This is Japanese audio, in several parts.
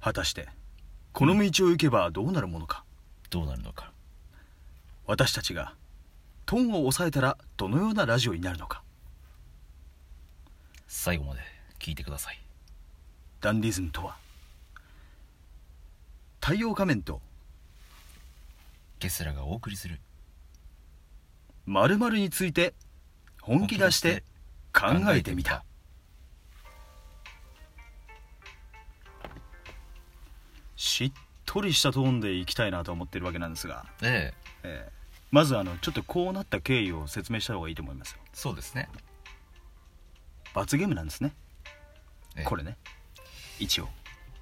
果たしてこの道を行けばどうなるものかどうなるのか私たちがトーンを抑えたらどのようなラジオになるのか最後まで聞いてくださいダンディズムとは太陽仮面とゲスラがお送りする〇〇について本気出して考えてみたしっとりしたトーンでいきたいなと思ってるわけなんですが、えええーまずあのちょっとこうなった経緯を説明した方がいいと思いますよそうですね、罰ゲームなんですねええこれね一応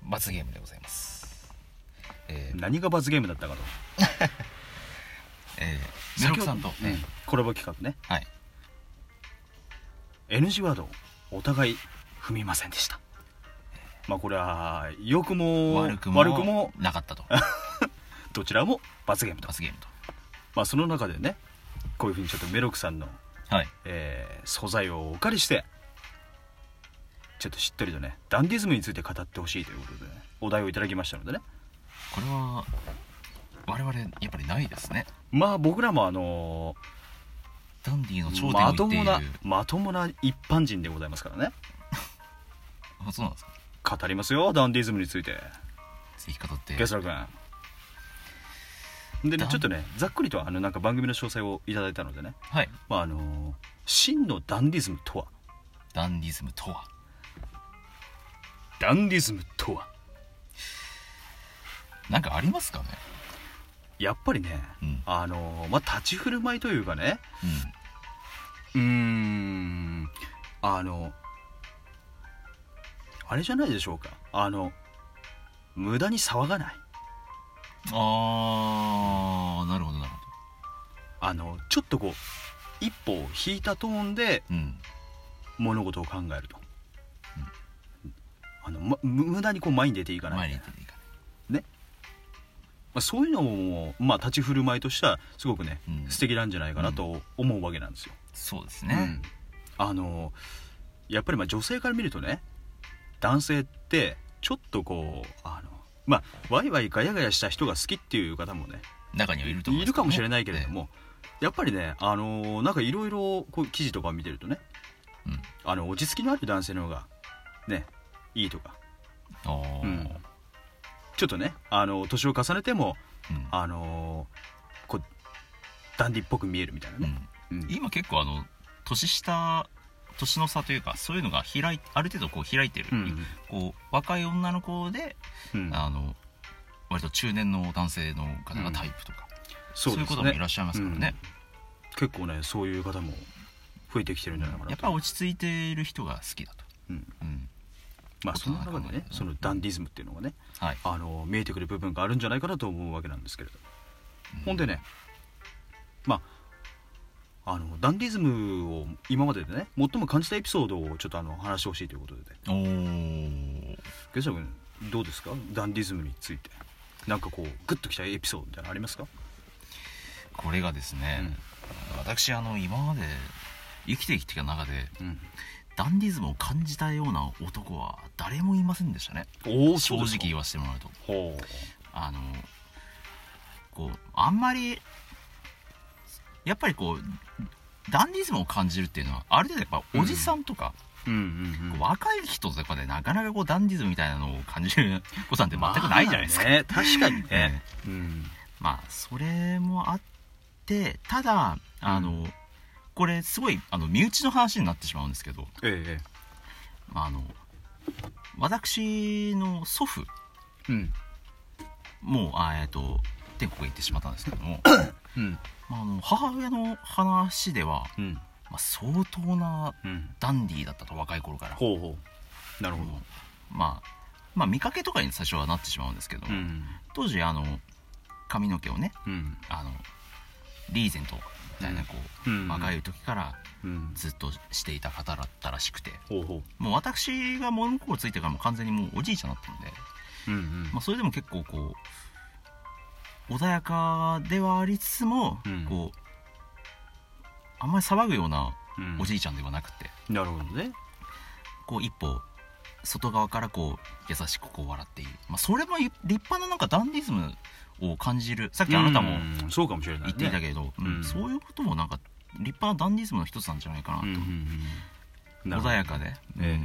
罰ゲームでございますええ何が罰ゲームだったかとええメロクさんと、先ほどうんコラボ企画ねはい NG ワードをお互い踏みませんでしたまあこれは良くも悪くも悪くもなかっ たとどちらも罰ゲームと罰ゲームとまあその中でねこういうふうにちょっとメロクさんの、はいえー素材をお借りしてちょっとしっとりとねダンディズムについて語ってほしいということでねお題をいただきましたのでねこれは我々やっぱりないですねまあ僕らもあのダンディの頂ー点まを言とっていもる、なまともな一般人でございますからねあそうなんですか語りますよダンディズムについてぜひ語ってゲスラ君でねダンちょっとねざっくりとあのなんか番組の詳細をいただいたのでねはいまああのー真のダンディズムとはダンディズムとはダンディズムとはなんかありますかねやっぱりね、うんあのーまあ立ち振る舞いというかねううんーんあのあれじゃないでしょうかあの無駄に騒がないあーなるほどなるほあのちょっとこう一歩を引いたトーンでどうん物事を考えると、あのま、無無駄にこう前に出ていかない前に行っていいかまあ、そういうのも、まあ、立ち振る舞いとしてはすごくね、うん素敵なんじゃないかなと思うわけなんですよ。そうですうねんあのやっぱりまあ女性から見るとね男性ってちょっとこうあのまあワイワイガヤガヤした人が好きっていう方もね中にはいると思いるかもしれなないいけれども、やっぱりねあのなんかいろいろこう記事とか見てるとねうんあの落ち着きのある男性の方がねいいとかあーうんちょっとねあの年を重ねてもうんあのこうダンディっぽく見えるみたいなうね、んうん今結構あの年下年の差というかそういうのが開いある程度こう開いてる、うんこう若い女の子で、うんあの割と中年の男性の方がタイプとか、そういう方もいらっしゃいますからね、うん結構ねそういう方も増えてきてるんじゃないかやなっぱと、落ち着いている人が好きだと、うんうんまあ、大そ人のな中考えでねうんそのダンディズムっていうのがねはいあの見えてくる部分があるんじゃないかなと思うわけなんですけれど、ほんでねまああのダンディズムを今まででね最も感じたエピソードをちょっとあの話してほしいということでおーゲシャ君どうですかダンディズムについてなんかこうグッときたエピソードみたいなのありますか、これがですね、私あの今まで生きてきた中でうん、ダンディズムを感じたような男は誰もいませんでしたねおお正直言わせてもらうとほうあのこうあんまりやっぱりこうダンディズムを感じるっていうのはある程度やっぱおじさんとか、うんうんうん若い人とかでなかなかこうダンディズムみたいなのを感じることなんて全くないじゃないですか、まあね確かにねね、うんまあそれもあってただあの、これすごいあの身内の話になってしまうんですけどええあの私の祖父うんもあえっ、と天国へ行ってしまったんですけど もうんまああの母親の話では、うんまあ、相当なうんダンディーだったと若い頃から、ほうほうなるほどまあ、まあ見かけとかに最初はなってしまうんですけど、うん当時あの髪の毛をねうんあのリーゼントみたいなこう、うん若い時からうんずっとしていた方だったらしくてほうほもう私が物心ついてからもう完全にもうおじいちゃんだったんで、ううんまあ、それでも結構こう穏やかではありつつも、うんこうあんまり騒ぐようなうんおじいちゃんではなくて、なるほどねこう一歩外側からこう優しくこう笑っている、まあ、それも立派ななんかダンディズムを感じるさっきあなたもうんそうかもしれない、言ね、っていたけど、うんうんそういうこともなんか立派なダンディズムの一つなんじゃないかなと、うんうんうん穏やかで、うんえ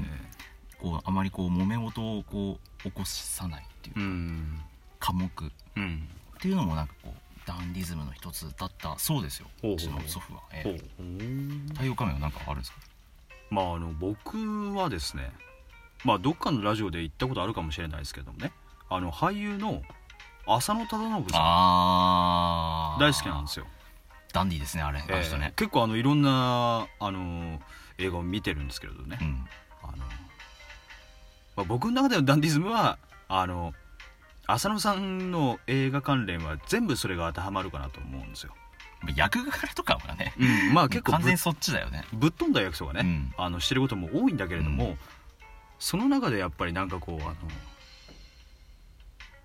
こうあまりこう揉め事をこう起こさないっていうえうん寡黙っうんていうのもなんかこうダンディズムの一つだったそうですよほうほううちの祖父は、えほえう太陽仮面は何かあるんですかまああの僕はですねまあどっかのラジオで言ったことあるかもしれないですけどもねあの俳優の浅野忠信さあんー大好きなんですよ、ダンディーですねあれ、あの人ええね結構あのいろんなあの映画を見てるんですけれどねう、んあの、まあ、僕の中でのダンディズムはあの浅野さんの映画関連は全部それが当てはまるかなと思うんですよ、役柄とかはねうん、まあ結構完ぶっ全にそっちだよねぶっ飛んだ役所がね、うんあのしてることも多いんだけれども、その中でやっぱりなんかこうあの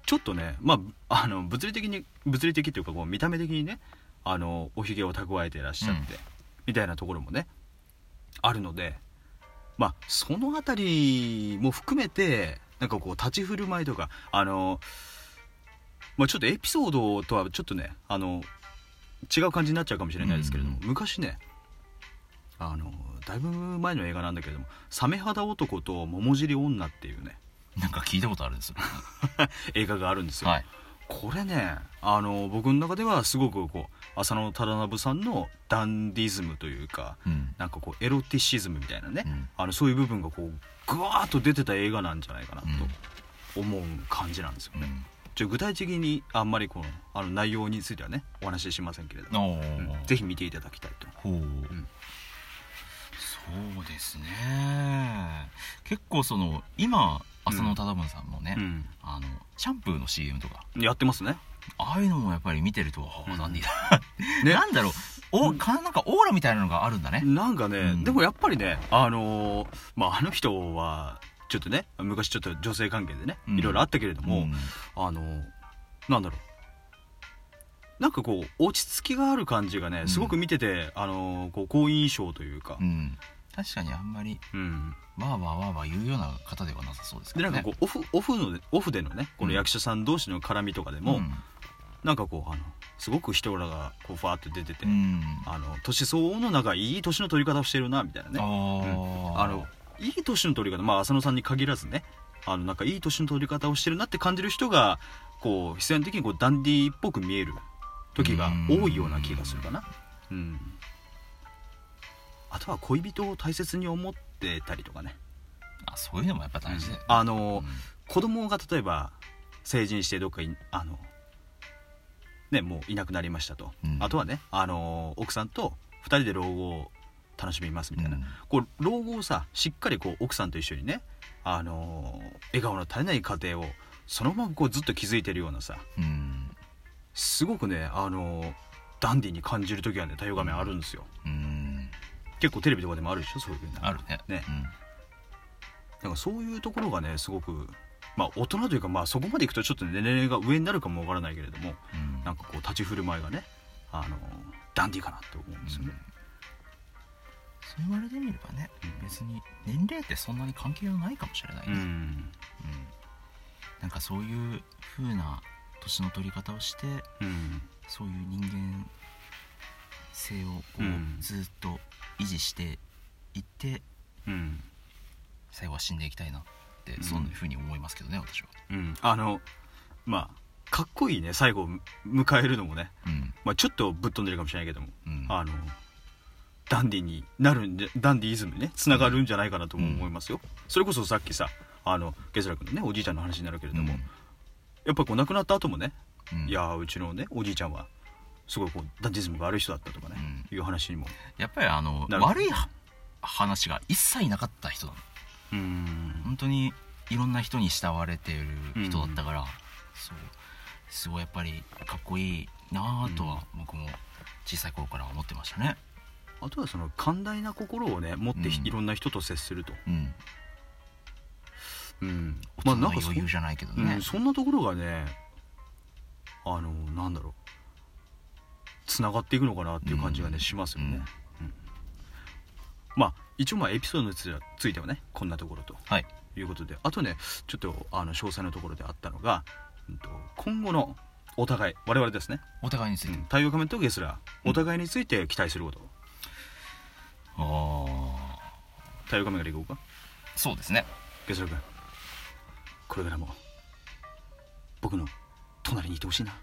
ちょっとねまああの物理的に物理的というかこう見た目的にねあのおひげを蓄えてらっしゃって、みたいなところもねあるのでまあその辺りも含めてなんかこう立ち振る舞いとかあのまあちょっとエピソードとはちょっとねあの違う感じになっちゃうかもしれないですけれども、うん昔ねあのだいぶ前の映画なんだけれども「サメ肌男と桃尻女」っていうねなんか聞いたことあるんですよ映画があるんですよ、はいこれねあの僕の中ではすごくこう浅野忠信さんのダンディズムというかうん、なんかこうエロティシズムみたいなね、うんあのそういう部分がこうグワーッと出てた映画なんじゃないかなうんと思う感じなんですようね、んちょ具体的にあんまりこのあの内容についてはねお話ししませんけれども、おうんーぜひ見ていただきたいとほう、んそうですね結構その今浅野忠文さんもね、うんあのシャンプーの CM とかやってますねああいうのもやっぱり見てると、ああなんでだ、ね なんだろうおかなんかオーラみたいなのがあるんだね、なんかね、うんでもやっぱりねあのーまああの人はちょっとね昔ちょっと女性関係でね、うんいろいろあったけれども、んあのーなんだろうなんかこう落ち着きがある感じがねんすごく見てて、あのーこう好印象というかう、ん確かにあんまりうんわーわーわーわー言うような方ではなさそうですけでどなんねかこうオフオフのオフでのねこの役者さん同士の絡みとかでも、うんなんかこうあのすごく人らがこうファーって出てて、うんあの年相応の中いい年の取り方をしてるなみたいなねあーあのいい年の取り方まあ浅野さんに限らずねあのなんかいい年の取り方をしてるなって感じる人がこう必然的にこうダンディーっぽく見える時が多いような気がするかなうんあとは恋人を大切に思ってたりとかねあそういうのもやっぱ大事だよねあの、うん子供が例えば成人してどっかいあのねもういなくなりましたと、うんあとはねあの奥さんと2人で老後を楽しみますみたいな、うんこう老後をさしっかりこう奥さんと一緒にねあの笑顔の絶えない家庭をそのままこうずっと築いてるようなさうんすごくねあのダンディーに感じる時はね太陽画面あるんですよ、うん結構テレビとかでもあるでしょそういうのあるねねなんかそういうところがねすごくまあ大人というかまあそこまでいくとちょっと年齢が上になるかもわからないけれどもうんうんなんかこう立ち振る舞いがねあのダンディーかなって思うんですよね、そう言われてみればね、うん別に年齢ってそんなに関係はないかもしれない、うねんうんなんかそういう風な年の取り方をしてうんそういう人間性をこう、うんずっと維持していってうん最後は死んでいきたいなって、うんそんな風に思いますけどね私は、うんあのまあかっこいいね最後を迎えるのもね、うんまあ、ちょっとぶっ飛んでるかもしれないけどもうん、あのダンディーになるんじゃダンディーイズムにねつながるんじゃないかなとも思いますよ、それこそさっきさあのゲズラ君のねおじいちゃんの話になるけれども、やっぱこう亡くなった後もねうんいやーうちのねおじいちゃんはすごいこうダンディズムが悪い人だったとかね、いう話にもやっぱりあのなる悪いは話が一切なかった人なのうーん本当にいろんな人に慕われてる人だったから、そうすごいやっぱりかっこいいなぁとは僕も小さい頃から思ってましたねあとはその寛大な心をね持ってひうんいろんな人と接すると、うんうんま大あ人のなんかそ,、余裕じゃないけどうね、ん、そんなところがねあのなんだろうつながっていくのかなっていう感じがね、うんしますよね、うんまあ一応まあエピソードについてはねこんなところとはいいうことであとねちょっとあの詳細のところであったのが、うんと今後のお互い我々ですね、お互いについて、うん、太陽仮面とゲスラーお互いについて期待すること、あ太陽仮面からいこうかあそうですねゲスラー君これからも僕の隣にいてほしいなち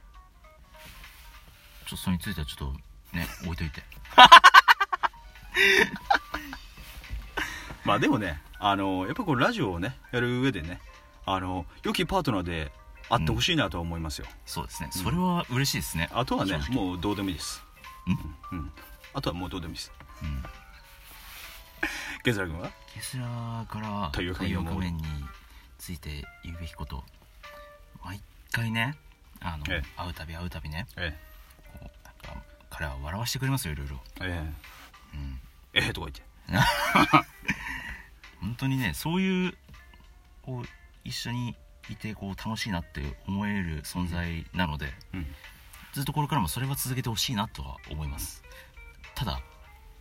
ょっとそれについてはちょっとね置いといてまあでもねあのやっぱこうラジオをねやる上でねあの良きパートナーであってほしいなとは思いますよ、そうですねそれは嬉しいですね、あとはね正直もうどうでもいいですんうん、うん、あとはもうどうでもいいですうんゲズラ君はゲスラーから太太陽陽仮面を仮面について言うべきこと毎回ねあのええ会うたび会うたびねえこうなんか彼は笑わしてくれますよいろいろ、ええうん、えええとか言って本当にねそういうこう一緒にいてこう楽しいなって思える存在なので、うんずっとこれからもそれは続けてほしいなとは思いますただ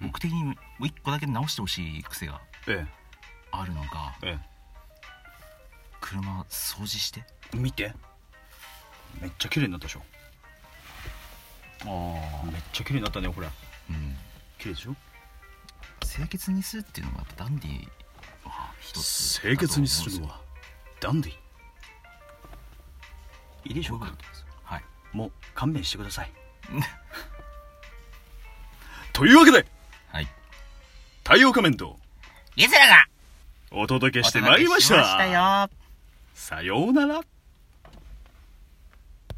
うん僕的にもう一個だけ直してほしい癖がえあるのがええ車掃除してえ見てめっちゃ綺麗になったでしょああめっちゃ綺麗になったねこれうん綺麗でしょ清潔にするっていうのがやっぱダンディは一つ清潔にするのはダンディいいでしょうかかと思うんですよはいもう勘弁してください というわけではい太陽仮面とゲスラがお届けしてまいりましたお届けしましたよさようなら